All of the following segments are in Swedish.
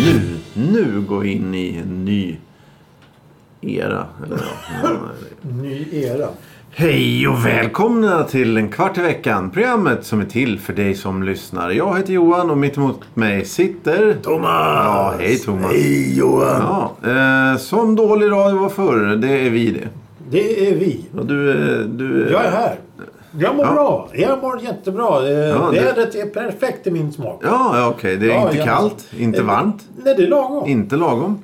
Nu, nu går vi in i en ny era. Eller ja. Ny era. Hej och välkomna till en kvart i veckan. Programmet som är till för dig som lyssnar. Jag heter Johan och mitt emot mig sitter... Thomas! Ja, hej Thomas. Hej Johan! Ja, eh, som dålig radio var förr, det är vi det. Det är vi. Och du, eh, du... eh, Jag är här. Jag mår bra. Jag mår jättebra. Eh, Ja, det- Vädret är perfekt i min smak. Ja, ja, okej. Det är Ja, inte jag- kallt, inte Eh, varmt, Nej, det är lagom. inte lagom.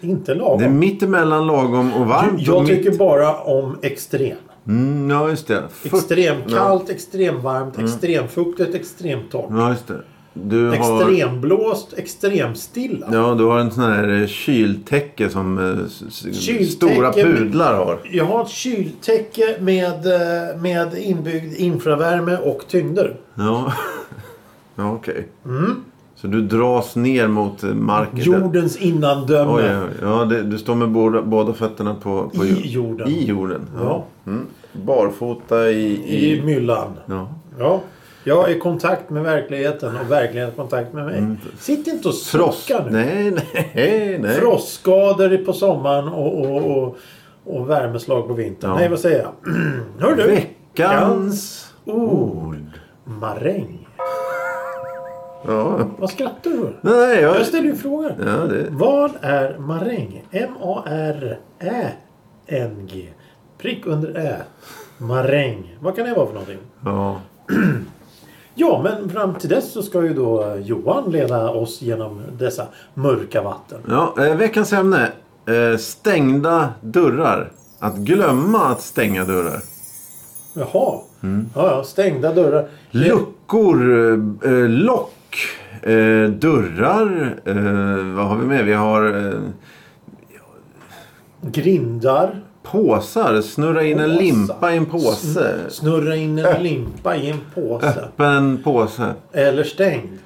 Inte Det är lagom. mittemellan lagom och varmt. och Jag mitt... tycker bara om extrem. Mm, ja, just det. Extremkallt, extremvarmt, Mm. extremfuktigt, extremtorrt. Ja, just det. Du har... Extremblåst, extremstilla. Ja, du har en sån här eh, kyltäcke som eh, s- s- Kyltäcke stora med- pudlar har. Jag har ett kyltäcke med, eh, med inbyggd infravärme och tyngder. Ja, ja okej. Mm. Så du dras ner mot eh, marken? Jordens innandöme. Oj, oj, oj. Ja, det, du står med båda, båda fötterna på, på I jord- jorden. I jorden. Ja. Mm. Barfota i... I i... myllan. Ja. Ja. Jag är i kontakt med verkligheten och verkligheten är i kontakt med mig. Sitt inte och Mm. Frost? sucka nu. Nej, nej, nej. Frostskador på sommaren och, och, och, och värmeslag på vintern. Ja. Nej, vad säger jag? Hör du? Veckans ord. Maräng. Ja. Vad skrattar du för? Nej, jag... Jag ställer ju frågan. Ja, det... Vad är maräng? M-A-R-Ä-N-G. Prick under Ä. Maräng. Vad kan det vara för någonting? Ja. Ja, men fram till dess så ska ju då Johan leda oss genom dessa mörka vatten. Ja, eh, veckans ämne. Eh, stängda dörrar. Att glömma att stänga dörrar. Jaha. Ja, ja, stängda dörrar. Luckor, eh, eh, lock, eh, dörrar. Eh, vad har vi med? Vi har eh, Grindar. påsar. Snurra in en Påsar. limpa i en påse. Snurra in en limpa i en påse. Öppen påse. Eller stängd.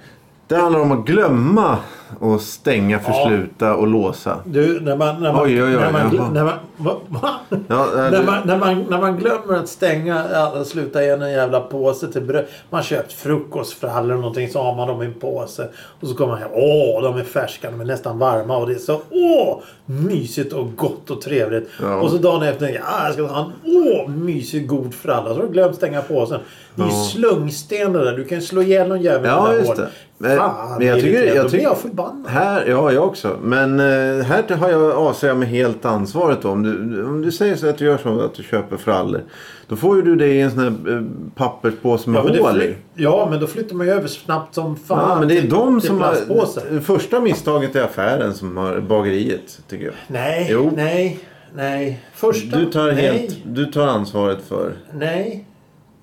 Det handlar om att glömma och stänga, försluta och låsa. Du, när man... När man, Oj, oj, oj, när man, jaha. när man, va, va? Ja, eh, när, du- man, när, man, när man glömmer att stänga, ja, sluta igen en jävla påse till bröd. Man köpt frukostfrallor eller någonting så har man dem i en påse. Och så kommer man hem. Åh, de är färska, de är nästan varma och det är så åh, mysigt och gott och trevligt. Ja. Och så dagen efter, ja, jag ska ha en åh, mysig god fralla. Så har du glömt stänga påsen. Det är ju slungstenar där. Du kan slå ihjäl någon jävel med Ja, den där just hålen. det. Men- Fan, men jag det är tycker- irriterande. jag Då blir tycker- jag förbannad. Här, ja, jag också. Men eh, här har jag, avser jag mig helt ansvaret då. Om du, om du säger så att du gör så att du köper frallor. Då får ju du det i en sån här eh, papperspåse med Ja men, det hål fly- i. ja, men då flyttar man ju över snabbt som fan. Ja, men det är till- de till som plastpåsar. har... det Första misstaget är affären som har bageriet, tycker jag. Nej, Jo. nej, nej. Första... Du tar, nej, helt, du tar ansvaret för... Nej.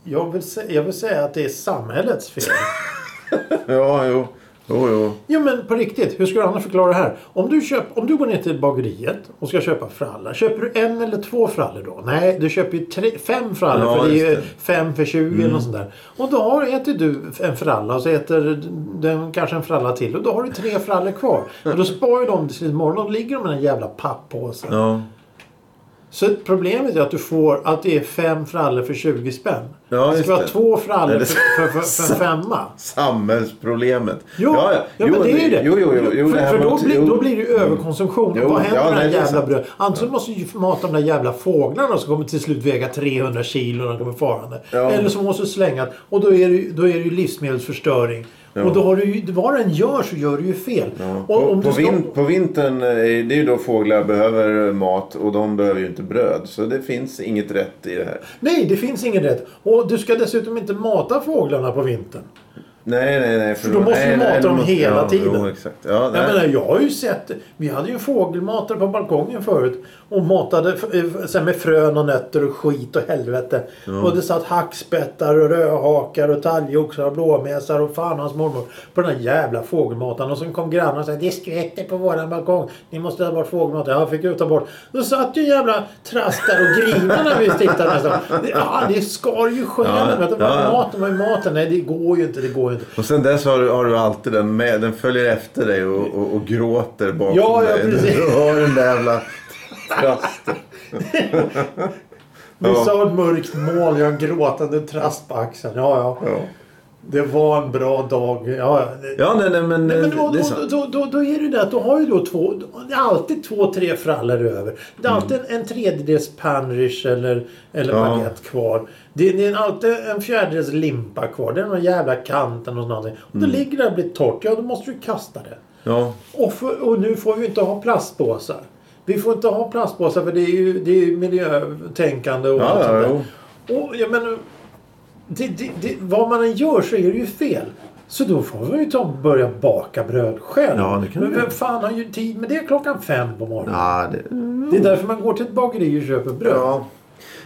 Jag vill, sä- jag vill säga att det är samhällets fel. Ja, jo. Jo, jo. jo men på riktigt, hur ska du annars förklara det här? Om du, köp, om du går ner till bageriet och ska köpa fralla, köper du en eller två frallor då? Nej, du köper ju tre, fem frallor Ja, för det är ju just Mm. fem för 20 eller något sånt där. Och då har, äter du en fralla och så äter den kanske en fralla till och då har du tre frallor kvar. Och då sparar ju de till imorgon, då ligger de i den jävla pappåsen. Ja. Så problemet är att du får att det är fem frallor för 20 spänn. Ja, det just ska vara det. två frallor Eller- för, för, för, för en femma. Samhällsproblemet. Jo, ja, men det är ju det. Jo, jo, jo. jo för det här för då, med- blir, jo. Mm. då blir det ju överkonsumtion. Jo, Vad händer ja, med nej, den det är jävla sant. brödet? Antingen måste du ju mata de där jävla fåglarna som kommer till slut väga 300 kilo när de kommer farande. Ja. Eller så måste du slänga Och då är det, ju- då är det ju livsmedelsförstöring. Och då har du ju, vad den gör så gör du ju fel. Och Mm. På, om på, du ska- vin, på vintern eh, är det ju då fåglar behöver mat och de behöver ju inte bröd. Så det finns inget rätt i det här. Nej, det finns ingen rätt. Och du ska dessutom inte mata fåglarna på vintern. Nej, nej, nej. För då måste nej, vi nej, mata de dem måste- hela ja, tiden. Jo, exakt. Ja, nej. Jag menar, jag har ju sett... Vi hade ju en fågelmatare på balkongen förut. Och matade f- eh, f- sen med frön och nötter och skit och helvete. Och det satt hackspettar och rödhakar och talgoxar och blåmesar och fan hans mormor. På den här jävla fågelmataren. Och sen kom grannarna och sa det skvätter på våran balkong. Ni måste ta bort fågelmataren. Ja, fick ju ta bort. Då satt ju jävla trass där och grinade när vi tittade nästan. Det- Ja, det skar ju skönet. Ja, Ja, ja. Maten var ju maten. Nej, det går ju inte. Det går ju inte. Och sen dess har, du- har du alltid den med. Den följer efter dig och, och, och gråter bakom Ja, ja, dig. precis. Du hör den där jävla trasten. Vi Ja. sa ett mörkt moln, jag har en gråtande trast på axeln. Ja, ja. Ja. Det var en bra dag. Ja, ja. Ja, nej, nej, men, Nej, men eh, då, det är då, sant. då, då, då är det det att du har ju då två, det är alltid två, tre frallor över. Det är alltid en, en tredjedels panrish eller, eller Ja. baguette kvar. Det, det är alltid en fjärdedels limpa kvar. Det är någon jävla kant eller något sånt. Och då ligger det och blir torrt. Ja, då måste du kasta det. Ja, Och, för, och nu får vi inte ha plastpåsar. Vi får inte ha plastpåsar för det är ju, det är ju miljötänkande och Ja, allt ja, sånt där. jo. Och jag menar, det, det, det, vad man än gör så är det ju fel. Så då får man ju ta och börja baka bröd själv. Ja, det kan Men vi vem fan har ju tid med det klockan fem på morgonen? ja det... Det är därför man går till ett bageri och köper bröd. Ja.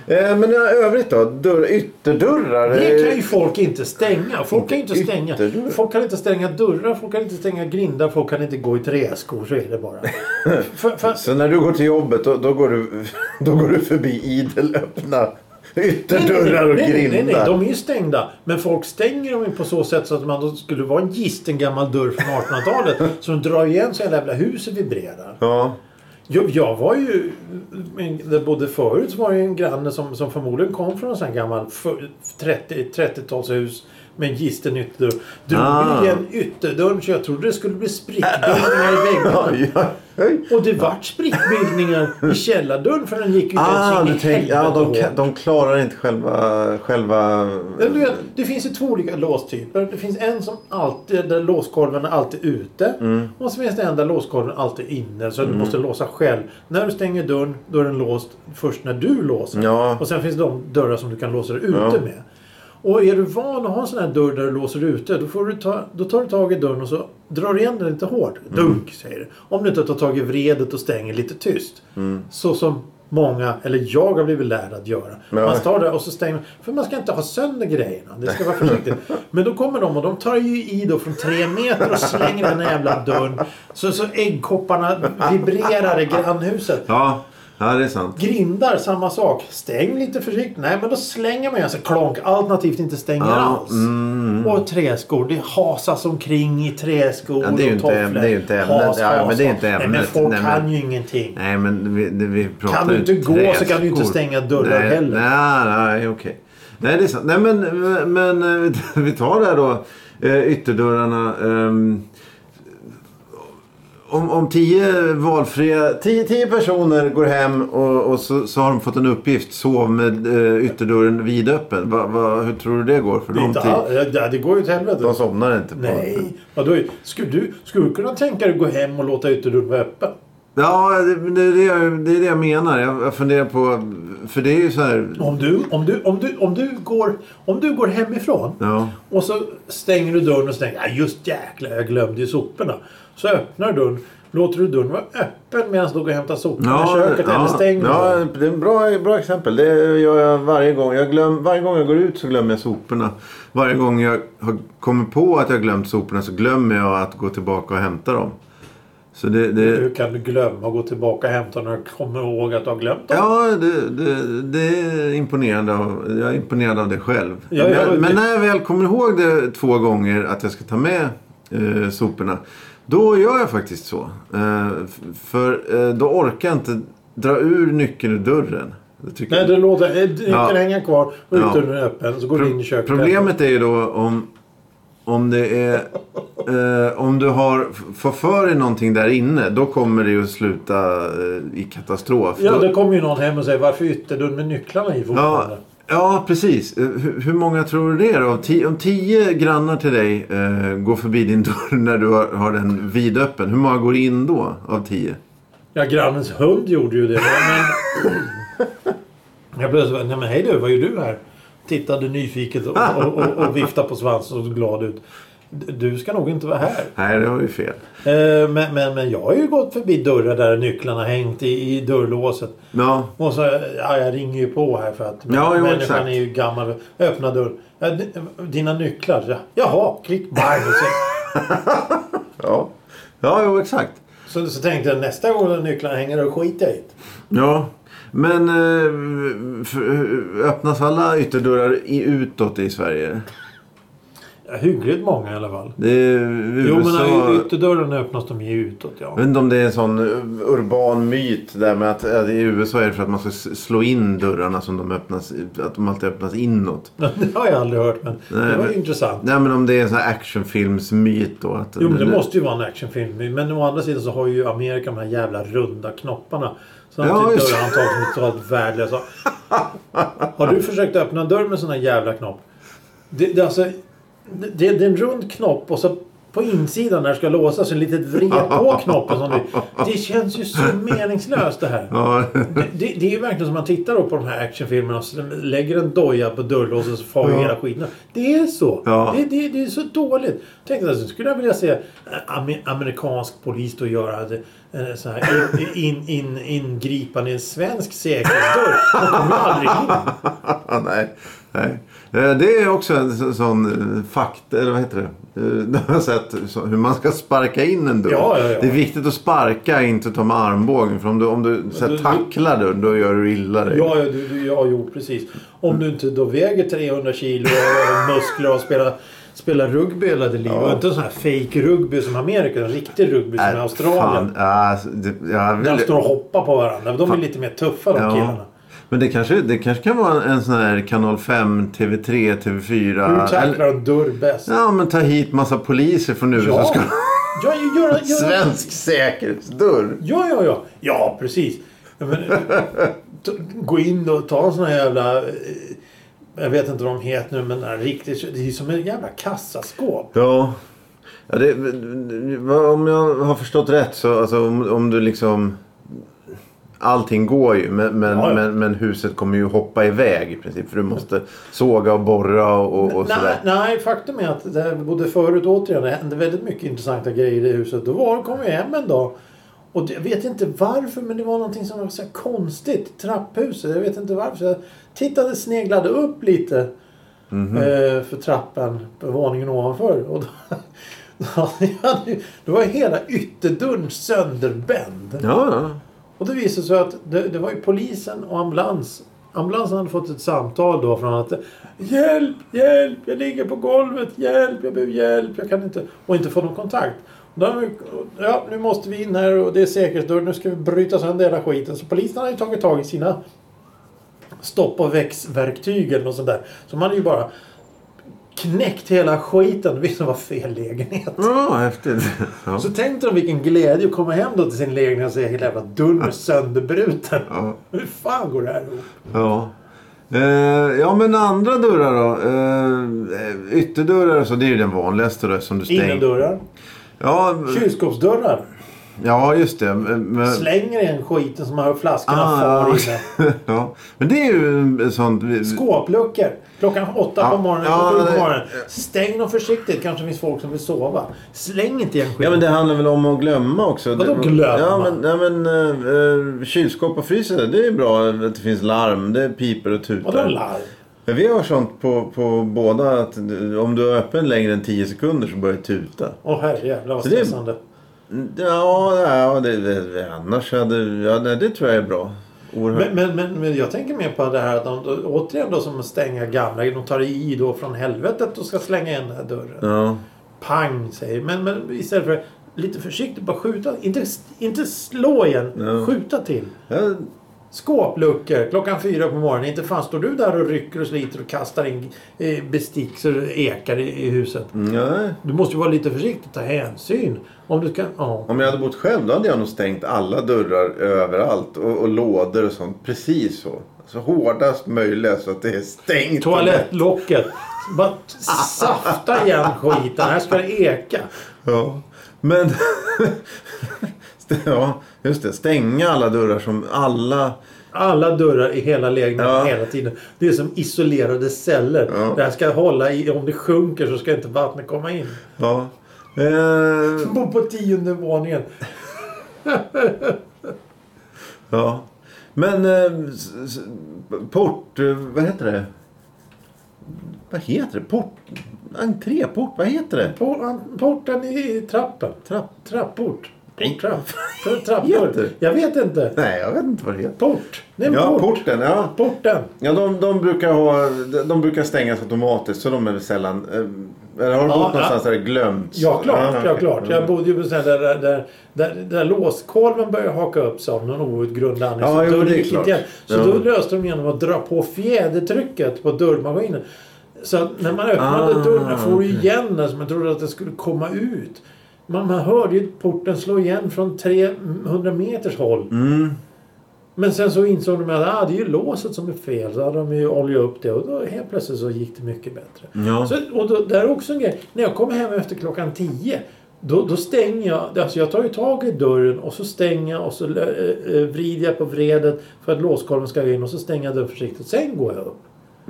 Eh, men i övrigt då? Dörr, ytterdörrar? Det eh, kan ju folk inte stänga. Folk kan ju inte stänga. ytterdörr. Folk kan inte stänga dörrar, folk kan inte stänga grindar, folk kan inte gå i träskor. Så är det bara. för, för, Så när du går till jobbet då, då, går, du, då går du förbi idel öppna ytterdörrar och Nej, nej, Nej, nej, nej, grindar? de är ju stängda. Men folk stänger dem ju på så sätt så att man då skulle vara en gisten gammal dörr från 1800-talet. så de drar igen så hela jävla huset vibrerar. Ja. Jag, jag var ju... Där jag bodde förut så var det ju en granne som, som förmodligen kom från en sån här gammal för- 30 30-talshus. med en gisten ytterdörr. Drog Ah. igen ytterdörren så jag trodde det skulle bli sprickbildningar i väggarna. Oj, oj, oj. Och det vart sprickbildningar i källardörren för den gick ju Ah, in du i tänker, ja, helvete de, hårt. kan- de klarar inte själva... själva Men du vet, det finns ju två olika låstyper. Det finns en som alltid, där låskolven är alltid ute. Och så finns det en där låskolven alltid är inne. Så du måste låsa själv. När du stänger dörren, då är den låst först när du låser. Ja. Och sen finns det de dörrar som du kan låsa dig ute Ja. med. Och är du van att ha en sån här dörr där du låser ute, då, får du ta, då tar du tag i dörren och så drar du igen den lite hårt. Mm. Dunk, säger det. Om du inte tar tag i vredet och stänger lite tyst. Mm. Så som många, eller jag har blivit lärd att göra. Ja. Man tar det och så stänger För man ska inte ha sönder grejerna. Det ska vara försiktigt. Men då kommer de och de tar ju i då från tre meter och slänger den här jävla dörren. Så, så äggkopparna vibrerar i grannhuset. ja. ja, det är sant. Grindar, samma sak. Stäng lite försiktigt. Nej, men då slänger man igen sig klonk. Alternativt inte stänger Ja, mm. alls. Och träskor. Det hasas omkring i träskor Ja, det är ju och inte äm- det är ju inte ämnet. Ja, men det är inte has. Nej, men ämnet. folk Nej, men- kan ju ingenting. Nej, men vi, det- vi pratar Kan du inte ju gå så kan du ju inte träskor. stänga dörrar nej, heller. Nej, nej, okej. Nej, det är sant. Nej, men, men eh, vi tar det här då. eh, Ytterdörrarna. ehm, Om, om tio valfria, tio, tio personer går hem och, och så, så har de fått en uppgift. Sov med eh, ytterdörren vidöppen. Va, va, hur tror du det går för Det, är dem? inte Till, all... ja, det går ju åt helvete. de somnar inte på Nej. Ja, då är... skulle, du... skulle du kunna tänka dig att gå hem och låta ytterdörren vara öppen? Ja, det, det, är det, jag, det är det jag menar. Jag, jag funderar på... För det är ju så här... Om du, om du, om du, om du, går, om du går hemifrån Ja. och så stänger du dörren och så tänker ja, just jäklar jag glömde ju soporna. Så öppnar du dörren. Låter du dörren vara öppen medan du går och hämtar soporna i köket eller stänger du ja, dörren? det är en bra, bra exempel. Det gör jag varje gång. Jag glöm, varje gång jag går ut så glömmer jag soporna. Varje gång jag har kommit på att jag glömt soporna så glömmer jag att gå tillbaka och hämta dem. Så det... det Hur kan du glömma att gå tillbaka och hämta när du kommer ihåg att du har glömt dem? ja, det, det, det är imponerande av, jag är imponerad av det själv. Ja, ja, men, det- men när jag väl kommer ihåg det två gånger att jag ska ta med eh, soporna. Då gör jag faktiskt så. Eh, f- för eh, då orkar jag inte dra ur nyckeln ur dörren. Det tycker Nej, jag- du låter eh, du Ja. kan hänga kvar Ja. och ytterdörren är öppen så går du in i köket. Problemet är ju då om, om det är... Eh, om du har f- får för dig någonting där inne. Då kommer det ju att sluta eh, i katastrof. Ja, Då- det kommer ju någon hem och säger varför är ytterdörren med nycklarna i ja, fortfarande? ja, precis. Eh, Hur, hur många tror du det är då? Om tio, om tio grannar till dig eh, går förbi din dörr när du har, har den vidöppen. Hur många går in då av tio? Ja, grannens hund gjorde ju det. Men... Jag blev så nej men hej du, vad gör du här? Tittade nyfiket och, och, och, och viftade på svansen och såg glad ut. D- Du ska nog inte vara här. Nej, det var ju fel. Eh, Men, men, men jag har ju gått förbi dörrar där nycklarna hängt i, i dörrlåset. Ja, Och så, ja, jag ringer ju på här för att Ja, jo, människan exakt. är ju gammal. Öppna dörren. Ja, d- Dina nycklar? Ja. Jaha, klick bang. Och Så, ja. ja jo, exakt. så, så tänkte jag nästa gång nycklarna hänger och skiter jag i det. Ja, men eh, f- öppnas alla ytterdörrar i, utåt i Sverige? Ja, Hyggligt många i alla fall. Det är USA... Mm. Jo men när ytterdörren öppnas de ju utåt ja. Jag vet inte om det är en sån eh, urban myt där med att att i USA är det för att man ska s- slå in dörrarna som de öppnas, att de alltid öppnas inåt. Det har jag aldrig hört men Nej, det var ju men- intressant. Nej men om det är en sån här actionfilmsmyt då. Att Jo men det måste ju vara en actionfilm. Men å andra sidan så har ju Amerika de här jävla runda knopparna. Så typ han Ja, ja, just- dörrhandtag som är totalt värdelösa. Har du försökt öppna en dörr med sån här jävla knopp? Det, det, är alltså, det, det är en rund knopp och så på insidan där ska låsas så en litet vred på knoppen. Som det, det känns ju så meningslöst det här. Ja, Det, det, det är ju verkligen som man tittar då på de här actionfilmerna och så lägger en doja på dörrlåset så far ju Ja. hela skiten. Det är så. Ja. Det, det, det är så dåligt. Tänk dig, så skulle jag vilja se eh, amer- amerikansk polis då göra det, eh, så här in, in, in, ingripande i en svensk säkerhetsdörr. De kommer ju aldrig in. nej. nej. Eh, Det är också en så- sån eh, fakt, eller vad heter det? Eh, De har sett så- hur man ska sparka in en dörr. Ja, ja, ja. Det är viktigt att sparka, inte ta med armbågen. För om du, om du, så här, Du- du- tacklar dörren, då gör du illa dig. Ja, ja du, du, jag har gjort precis. Om du inte då väger 300 kilo och har muskler och spelar, spelar rugby hela ditt liv. Och inte sån här fake rugby som Amerika. En riktig rugby som Nej, i Australien. Äh, fan, ja, det, jag vill, Där står och hoppar på varandra. De är lite mer tuffa de Ja. killarna. Men det kanske, det kanske kan vara en sån här kanal 5, TV3, TV4. Hur eller- tacklar de dörr bäst? Ja men ta hit massa poliser från USA. Ja. Ska... Ja, ja, ja, ja, Svensk säkerhetsdörr. ja, ja, ja. Ja, precis. Ja, Men, t- gå in och ta en sån här jävla... eh, Jag vet inte vad de heter nu men den här riktigt... Det är ju som en jävla kassaskåp. Ja. ja det, vad- om jag har förstått rätt så alltså, om, om du liksom... Allting går ju men, men, Ja, ja. men, men huset kommer ju hoppa iväg i princip. För du måste såga och borra och, och Nej, sådär. nej, faktum är att det här både förut och återigen det hände väldigt mycket intressanta grejer i det huset. Då var, kom jag hem en dag och det- jag vet inte varför men det var någonting som var så här konstigt. Trapphuset, jag vet inte varför. Så jag tittade, sneglade upp lite Mhm. eh, för trappan på våningen ovanför. Och då, då, hade ju- då var hela ytterdörren sönderbänd. Ja, ja. Och det visade sig att det, det var ju polisen och ambulans. Ambulansen hade fått ett samtal då från att Hjälp, hjälp, jag ligger på golvet, hjälp, jag behöver hjälp, jag kan inte... Och inte få någon kontakt. Och då har vi- ja, nu måste vi in här och det är säkerhetsdörr, nu ska vi bryta sönder hela skiten. Så polisen hade ju tagit tag i sina stopp och växverktyg eller något sånt där. Så man hade ju bara knäckt hela skiten. Det visade sig vara fel lägenhet. ja häftigt. Ja. Så tänkte de vilken glädje att komma hem då till sin lägenhet och se hela jävla dörren är sönderbruten. Ja. Hur fan går det här ihop? Ja. Eh, ja men andra dörrar då? Eh, ytterdörrar så det är ju den vanligaste då som du stänger. Innerdörrar, Ja, kylskåpsdörrar. ja just det. Men, Slänger igen skiten som man hör flaskorna Ah, far ja. inne. ja. men det är ju sånt. vi- Skåpluckor. Klockan åtta Ja, på morgonen, ja, klockan sju det- på morgonen. Stäng dem försiktigt, kanske finns folk som vill sova. Släng inte igen skiten. Ja men det handlar väl om att glömma också. Vadå Det- glömma? Ja men, ja, men eh, eh, kylskåp och frys det är bra att det finns larm. Det piper och tutar. Vadå larm? Men vi har sånt på, på båda att om du är öppen längre än 10 sekunder så börjar det tuta. Åh herrejävlar vad Så det är- stressande. Ja, ja det, det, annars hade... Ja, nej, det tror jag är bra. Oerhört. Men, men, men, men jag tänker mer på det här att de återigen då som att stänga gamla. De tar i då från helvetet och ska slänga igen den här dörren. Ja. pang säger men, men istället för lite försiktigt bara skjuta. Inte, inte slå igen, Ja. skjuta till. Ja, Skåpluckor klockan fyra på morgonen. Inte fan står du där och rycker och sliter och kastar in eh, bestick så det ekar i, i huset. mm, nej. Du måste ju vara lite försiktig, ta hänsyn. Om du ska... Ja. Om jag hade bott själv då hade jag nog stängt alla dörrar överallt och, och lådor och sånt. Precis så. Så hårdast möjliga så att det är stängt. Toalettlocket. Bara safta igen skiten. Här ska det eka. Ja. Men... St- ja, just det. Stänga alla dörrar som alla... Alla dörrar i hela lägenheten Ja. hela tiden. Det är som isolerade celler. Ja. Det här ska hålla i, om det sjunker så ska inte vattnet komma in. Ja. Eh, Bor på tionde våningen. ja. Men... Eh, s- s- port... eh, Vad heter det? Vad heter det? Port... Entréport? Vad heter det? Por- an- Porten i trappen. Trapp... Trapport. Nej. Trapp, trappor. Heter? Jag vet inte. Nej, jag vet inte vad det heter. Port. Nej, men Ja, port. porten. Ja, Porten. ja de, de, brukar ha, de brukar stängas automatiskt så de är väl sällan... eh, Eller har du Ja, bott ja. någonstans där det glömts? Ja, klart. Ah, Ja, okej. klart. Jag bodde ju på sådana där, där, där, där låskolven började haka upp sig av någon outgrundlig anledning. Ja, Så jo, dörren det är gick klart. inte igen. Så Ja. då löste de genom att dra på fjädertrycket på dörrmaskinen. Så att när man öppnade Ah, dörren for ju okej. igen den så man trodde att det skulle komma ut. Man, man hörde ju porten slå igen från 300 meters håll. Mm. Men sen så insåg de att ah, det är ju låset som är fel. Så hade de ju oljat upp det och då helt plötsligt så gick det mycket bättre. Ja. Så, och då, där är också en grej. När jag kommer hem efter klockan 10 då, då stänger jag. Alltså jag tar ju tag i dörren och så stänger jag och så eh, eh, vrider jag på vredet för att låskolven ska gå in och så stänger jag dörren försiktigt. Sen går jag upp.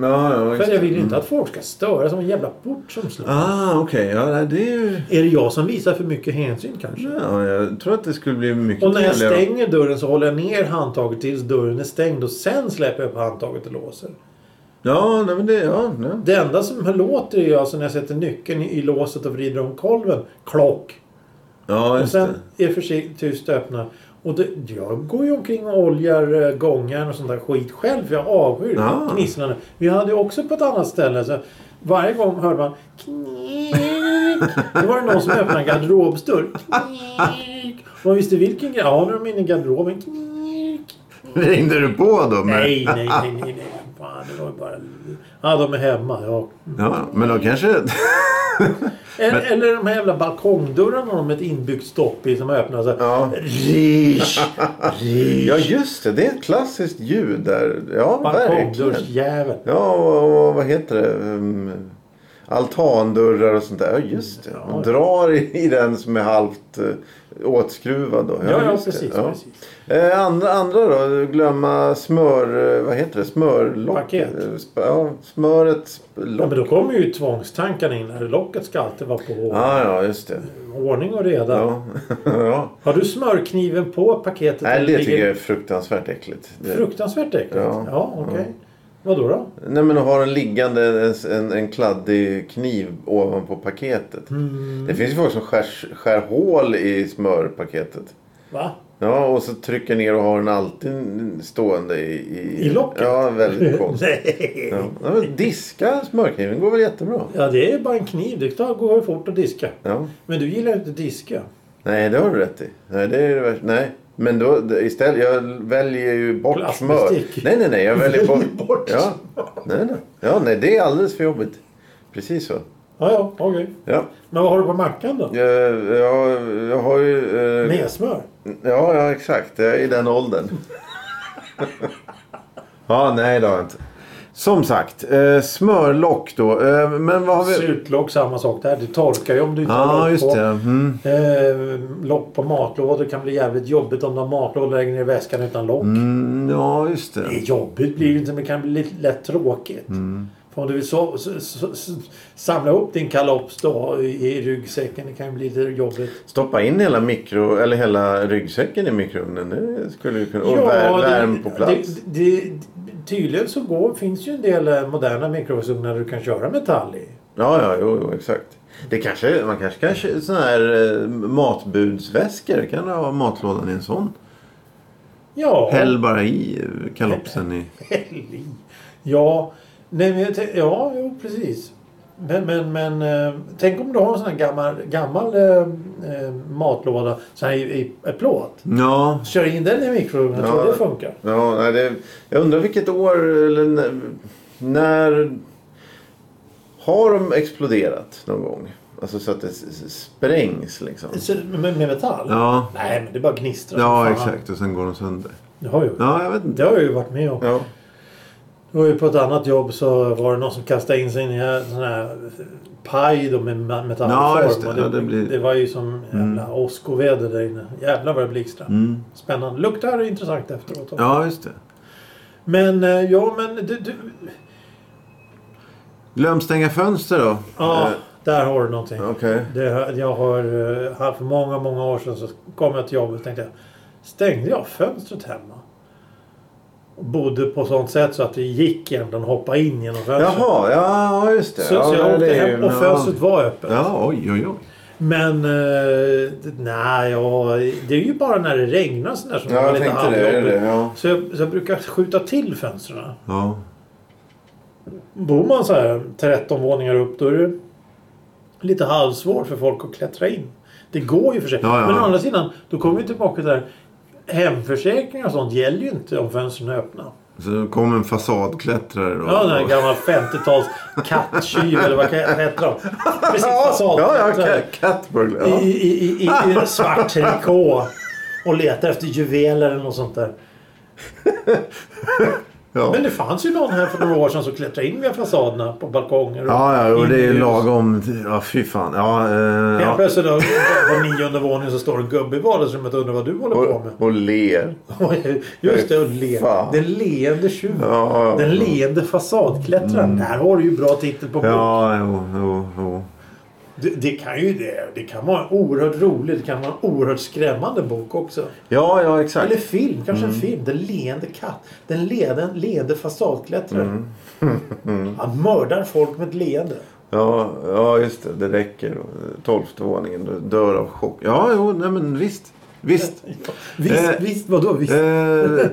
Ja, ja, just För jag det. vill ju inte att folk ska störa som en jävla port som slår. Ah, okej. Ja, nej, det är ju... Är det jag som visar för mycket hänsyn kanske? Ja, jag tror att det skulle bli mycket Och när jag trevligare. stänger dörren så håller jag ner handtaget tills dörren är stängd och sen släpper jag på handtaget och låser. Ja, nej, men det... Ja, nej. Det enda som låter är ju alltså när jag sätter nyckeln i i låset och vrider om kolven. Klock! ja Och just sen det. är försiktigt tyst och öppna. Och det, jag går ju omkring och oljar eh, gången och sånt där skit själv. för Jag avskyr Ja. gnisslandet. Vi hade ju också på ett annat ställe. Så varje gång hörde man knick. Då var det någon som öppnade en garderobsdörr. Knick. Och man visste vilken grej. Ja, nu är de inne i garderoben. Knick. Ringde du på då? Men... Nej, nej, nej, nej. nej. Fan, det var ju bara... Ja, de är hemma. Ja, Ja, men då kanske... Eller, eller de här jävla balkongdörrarna de med ett inbyggt stopp i som öppnas. Ja. Rish! Rish! ja, just det. Det är ett klassiskt ljud där. Ja, verkligen. Balkongdörrsjävel. Ja, och, och vad heter det? Ehm, Altandörrar och sånt där. Ja, just det. Man Ja. drar i, i den som är halvt eh, åtskruvad. Då. Ja, ja, just det. precis. Ja. precis. Eh, andra, andra då? Glömma smör... eh, Vad heter det? Smörlock? Paket. Eh, sp- Ja, smöret... Ja, Lock. men då kommer ju tvångstankarna in. Här. Locket ska alltid vara på. Ja, ja, just det. Ordning och reda. Ja. ja. Har du smörkniven på paketet? Nej, eller det tycker ligger- jag är fruktansvärt äckligt. Det... Fruktansvärt äckligt. Ja. Ja, okej. Vadå då? Nej men att ha den liggande, en, en, en kladdig kniv ovanpå paketet. Mm. Det finns ju folk som skär, skär hål i smörpaketet. Va? Ja, och så trycker ner och har den alltid stående i... I locket? Ja, väldigt konstigt. Nej. ja. Ja, men diska smörkniven går väl jättebra? Ja, det är bara en kniv. Det tar- går ju fort att diska. Ja. Men du gillar ju inte att diska. Nej, det har du rätt i. Nej, det är det värsta. Nej. Men då det- istället, jag väljer ju bort Plastbestick. smör. Nej, nej, nej. Jag väljer bort. Välj bort ja. Nej, nej. ja, nej, det är alldeles för jobbigt. Precis så. Ja, ja, okej. Ja. Men vad har du på mackan då? Eh, Jag, jag har ju... eh, Med smör? Ja, ja, exakt. Jag är i den åldern. ja, nej det har jag inte. Som sagt, eh, smörlock då. Eh, men vad har vi... Syltlock, samma sak där. Det torkar ju om du inte Ja, har lock just på. det. Mm. Eh, lock på matlådor kan bli jävligt jobbigt om du har matlådor längre ner i väskan utan lock. Mm, ja, just Det är det. jobbigt blir det inte men det kan bli lite lätt tråkigt. Mm. För om du vill så, så, så, så, samla upp din kalops då i, i ryggsäcken det kan ju bli lite jobbigt. Stoppa in hela mikro... Eller hela ryggsäcken i mikrougnen. Det skulle ju kunna... Och Ja, vär, det- värm på plats. Det, det, tydligen så går, finns ju en del eh, moderna mikrovågsugnar du kan köra metall i. Ja, ja, jo, jo, exakt. Det kanske, man kanske kan kö- såna här eh, matbudsväskor. Kan du ha matlådan i en sån? Ja. Häll bara i eh, kalopsen i... Helg. Ja, nej, men jag tän- ja jo, precis. Men, men, men eh, tänk om du har en sån här gammal, gammal eh, eh, matlåda sån här i, i, i plåt. Ja, Kör in den i mikrougnen. Jag tror Ja. det funkar. Ja, nej, det, jag undrar vilket år eller när, när... Har de exploderat någon gång? Alltså så att det s- s- sprängs liksom. Alltså, Så- Med, med metall? Ja, Nej, men det bara gnistrar. ja Fan. exakt. Och sen går de sönder. Det har, ju, Ja, jag vet inte. det har jag ju varit med om. Ja. Det var ju på ett annat jobb så var det någon som kastade in sig i en sån här eh, paj då med ma- metallform. Ja, just det. Och Ja, det blir- var ju som jävla åskoväder där inne. Jävlar vad det blixtrade. Mm. Spännande. Luktar intressant efteråt. också. ja, just det. Men eh, ja, men du... du Glöm stänga fönster då. ja, Eh, där har du någonting. Okej. Det, har- jag har eh, haft för många, många år sedan så kom jag till jobbet och tänkte jag, stängde jag fönstret hemma? Och bodde på sånt sätt så att det gick egentligen att hoppa in genom fönstret. Jaha, ja just det. Så, ja, så jag det åkte är ju- hem och fönstret var öppet. Ja, oj, oj, oj. Men eh, nej, ja, det är ju bara när det regnar sådär som Ja, man jag lite tänkte det. Är halvjobbigt. det ja. Så jag, så jag brukar skjuta till fönstren. ja. Bor man så här 13 våningar upp då är det lite halvsvårt för folk att klättra in. Det går ju för sig. Ja, ja, Men å ja. andra sidan, då kommer vi tillbaka till det här. Hemförsäkringar och sånt gäller ju inte om fönstren är öppna. Så kom en fasadklättrare då. Ja, den här gamla 50-tals katttjuv eller vad heter de? Precis, ja, fasad. ja, ja, Catburglar. I, Ja. i, i, i, i svart trikå. Och letar efter juveler eller något sånt där. Ja. Men det fanns ju någon här för några år sedan som klättrade in via fasaderna på balkonger. och Ja, ja, och det är ju in i hus. lagom. Ja, fy fan. Ja, eh, Helt ja. plötsligt då, på nionde våningen så står en gubbe i vardagsrummet och undrar vad du håller på med. Och, och ler. Just det, och le. Fan. Den leende tjuven. Ja, ja. Den leende fasadklättraren. Där har du ju bra titel på bok. Ja, jo, jo, jo. Det, det kan ju det. Det kan vara en oerhört rolig, det kan vara en oerhört skrämmande bok också. Ja, ja, exakt. Eller film, kanske Mm. en film. Den leende katt. Den leende, leende fasadklättraren. Mm. Han mördar folk med ett leende. Ja, ja, just det. Det räcker. Tolfte våningen. Du dör av chock. Ja, jo, nej men visst. Visst. Visst, Eh, visst vadå? Visst. Eh,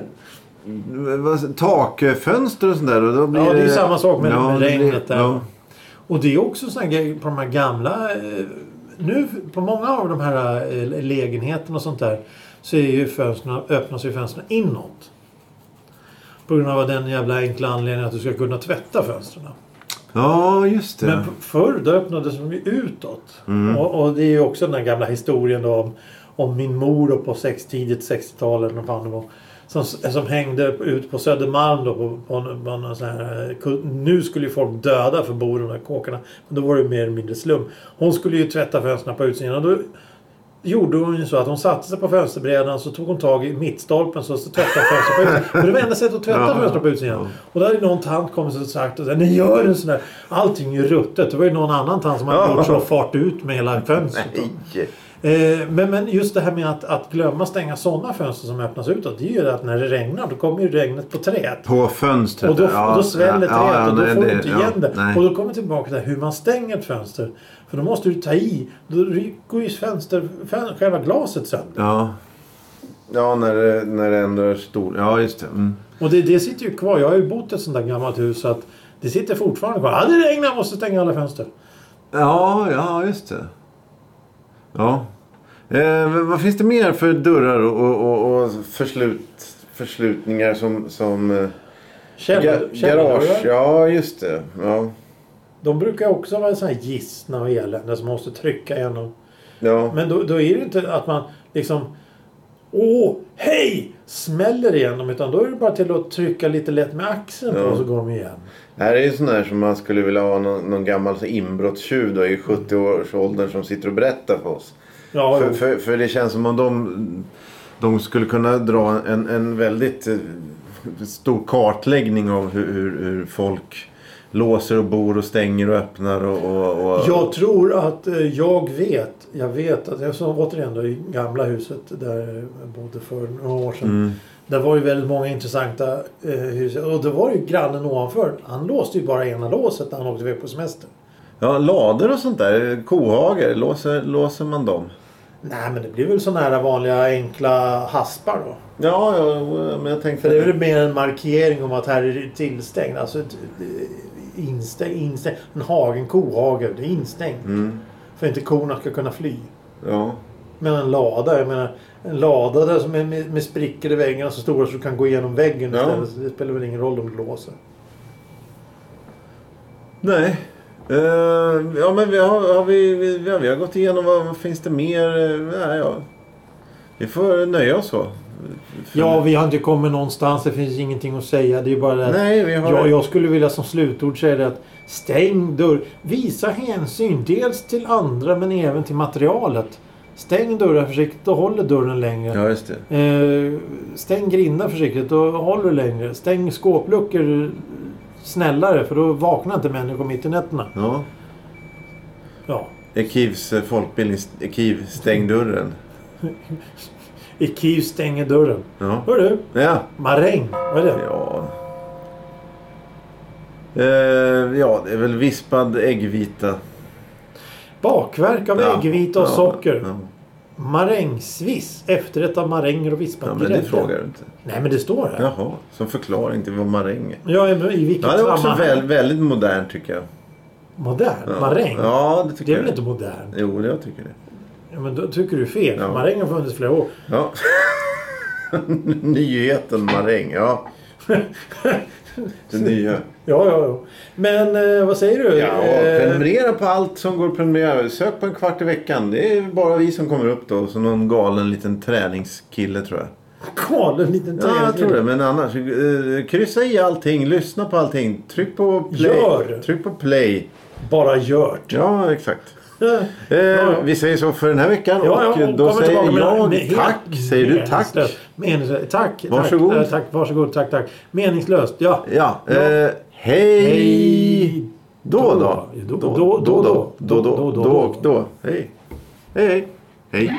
vad- takfönster och sånt där. och Då blir Ja, det är ju samma sak med- med det blir- regnet där. Ja, Och det är också en sån här grej på de här gamla... eh, Nu på många av de här eh, lägenheterna och sånt där så är ju fönstren, öppnas ju fönstren inåt. På grund av den jävla enkla anledningen att du ska kunna tvätta fönstren. ja just det. Mm. Men p- förr då öppnades de ju utåt. Och, och det är ju också den här gamla historien då om, om min mor då på sex, tidigt 60-talet eller vad fan det var. Som, som hängde ut på Södermalm då på, på, en- på någon sån här, eh, ku- Nu skulle ju folk döda för att bo i de där kåkarna. Men då var det ju mer eller mindre slum. Hon skulle ju tvätta fönstren på utsidan. Och då gjorde hon ju så att hon satte sig på fönsterbrädan så tog hon tag i mittstolpen så, så tvättade fönstret på utsidan. För det var enda sättet att tvätta Ja. fönstret på utsidan. Och då hade någon tant kommit och sagt och sagt, ni gör en sån där. Allting är ruttet. Det var ju någon annan tant som hade Ja. gjort så och fart ut med hela fönstret. Nej. Eh, men, men just det här med att, att glömma stänga sådana fönster som öppnas utåt. Det är ju det att när det regnar då kommer ju regnet på träet. På fönstret. Och då, ja, då sväller träet ja, ja, och då nej, får du inte ja, igen det. nej. Och då kommer vi tillbaka till hur man stänger ett fönster. För då måste du ta i. Då går ju fönster, fön, själva glaset sönder. Ja. Ja, när det, när det ändrar stor... Ja, just det. Mm. Och det, det sitter ju kvar. Jag har ju bott i ett sånt där gammalt hus så att det sitter fortfarande kvar. Ja, det regnar. Jag måste stänga alla fönster. Ja, ja, just det. Ja. Eh, men vad finns det mer för dörrar och, och, och förslut, förslutningar som... som eh, Käll, ga- garage, ja just det. Ja. De brukar också vara så här gissna och elände som man måste trycka igenom. Ja. Men då, då är det inte att man liksom Åh, hej! Smäller igen dem. Utan då är det bara till att trycka lite lätt med axeln på Ja. så går de igen. Det här är ju sån här som man skulle vilja ha någon, någon gammal så inbrottstjuv då, i 70-årsåldern som sitter och berättar för oss. Ja, För, jo. för, för det känns som om de, de skulle kunna dra en, en väldigt eh, stor kartläggning av hur, hur, hur folk låser och bor och stänger och öppnar och... och, och Jag tror att eh, jag vet. Jag vet att jag som återigen då i gamla huset där jag bodde för några år sedan. Mm. Där var ju väldigt många intressanta eh, hus. Och det var ju grannen ovanför. Han låste ju bara ena låset när han åkte iväg på semester. Ja, lader och sånt där. Kohagar, låser, låser man dem? Nej men det blir väl sådana här vanliga enkla haspar då. Ja, ja men jag tänkte... För det är väl mer en markering om att här är det tillstängt. Alltså ett- instängd, instängd. En hage, en kohage. Det är instängt. För inte korna ska kunna fly. Mm, Ja. Men en lada, jag menar en lada där som är med, med sprickor i väggarna så stora så du kan gå igenom väggen Ja. istället. Så det spelar väl ingen roll om du låser. Nej. Eh, ja, men vi har, har vi, vi, ja, vi har gått igenom vad, vad finns det mer? Eh, Nej, ja. Vi får nöja oss så. För- Ja, vi har inte kommit någonstans. Det finns ingenting att säga. Det är bara det att Nej, vi har... jag, jag skulle vilja som slutord säga det att stäng dörr. Visa hänsyn dels till andra men även till materialet. Stäng dörrar försiktigt och håller dörren längre. Ja, just det. Eh, stäng grindar försiktigt och håll det längre. Stäng skåpluckor snällare för då vaknar inte människor mitt i nätterna. Ja. Ja. Ekivs eh, folkbildning, Ekiv, stäng dörren. I Kiev stänger dörren. Ja. Hör du? Ja. Maräng. Vad är det? ja. Eh, ja, det är väl vispad äggvita. Bakverk av Ja, äggvita och ja, socker. Ja, Marängsviss. Efterrätt av maränger och ja vispad men det grädde. frågar du inte. Nej, men det står här. Ja, Jaha, som förklaring till vad maräng är. men i vilket Ja, det är också sammanhang? väl, väldigt modern tycker jag. Modern? Ja. Maräng? Ja, det tycker det är väl jag. inte modern? Jo, jag tycker det. Ja, men då tycker du fel. Ja. Maräng har funnits flera år. Ja. Nyheten maräng, ja. Den nya. Ja, ja, ja. Men eh, vad säger du? Ja, Eh, prenumerera på allt som går att prenumerera. Sök på en kvart i veckan. Det är bara vi som kommer upp då. Som någon galen liten träningskille tror jag. galen liten Ja, jag träningskille. tror det. Men annars, eh, kryssa i allting. Lyssna på allting. Tryck på play. Gör. Tryck på play. Bara gjort. Ja, exakt. Ja. Eh, Ja. Vi säger så för den här veckan. Ja, ja, och då kommer säger tillbaka med- jag med- helt tack. Säger du tack? meningslöst. Meningslöst. Tack. Varsågod. Tack, eh, tack, varsågod. Tack, tack. Meningslöst. Ja. Ja. Eh, hej. Hej. Då då. Då, då, då, då. Då, då, då, då då. och då. Hej. Hej, hej. Hej.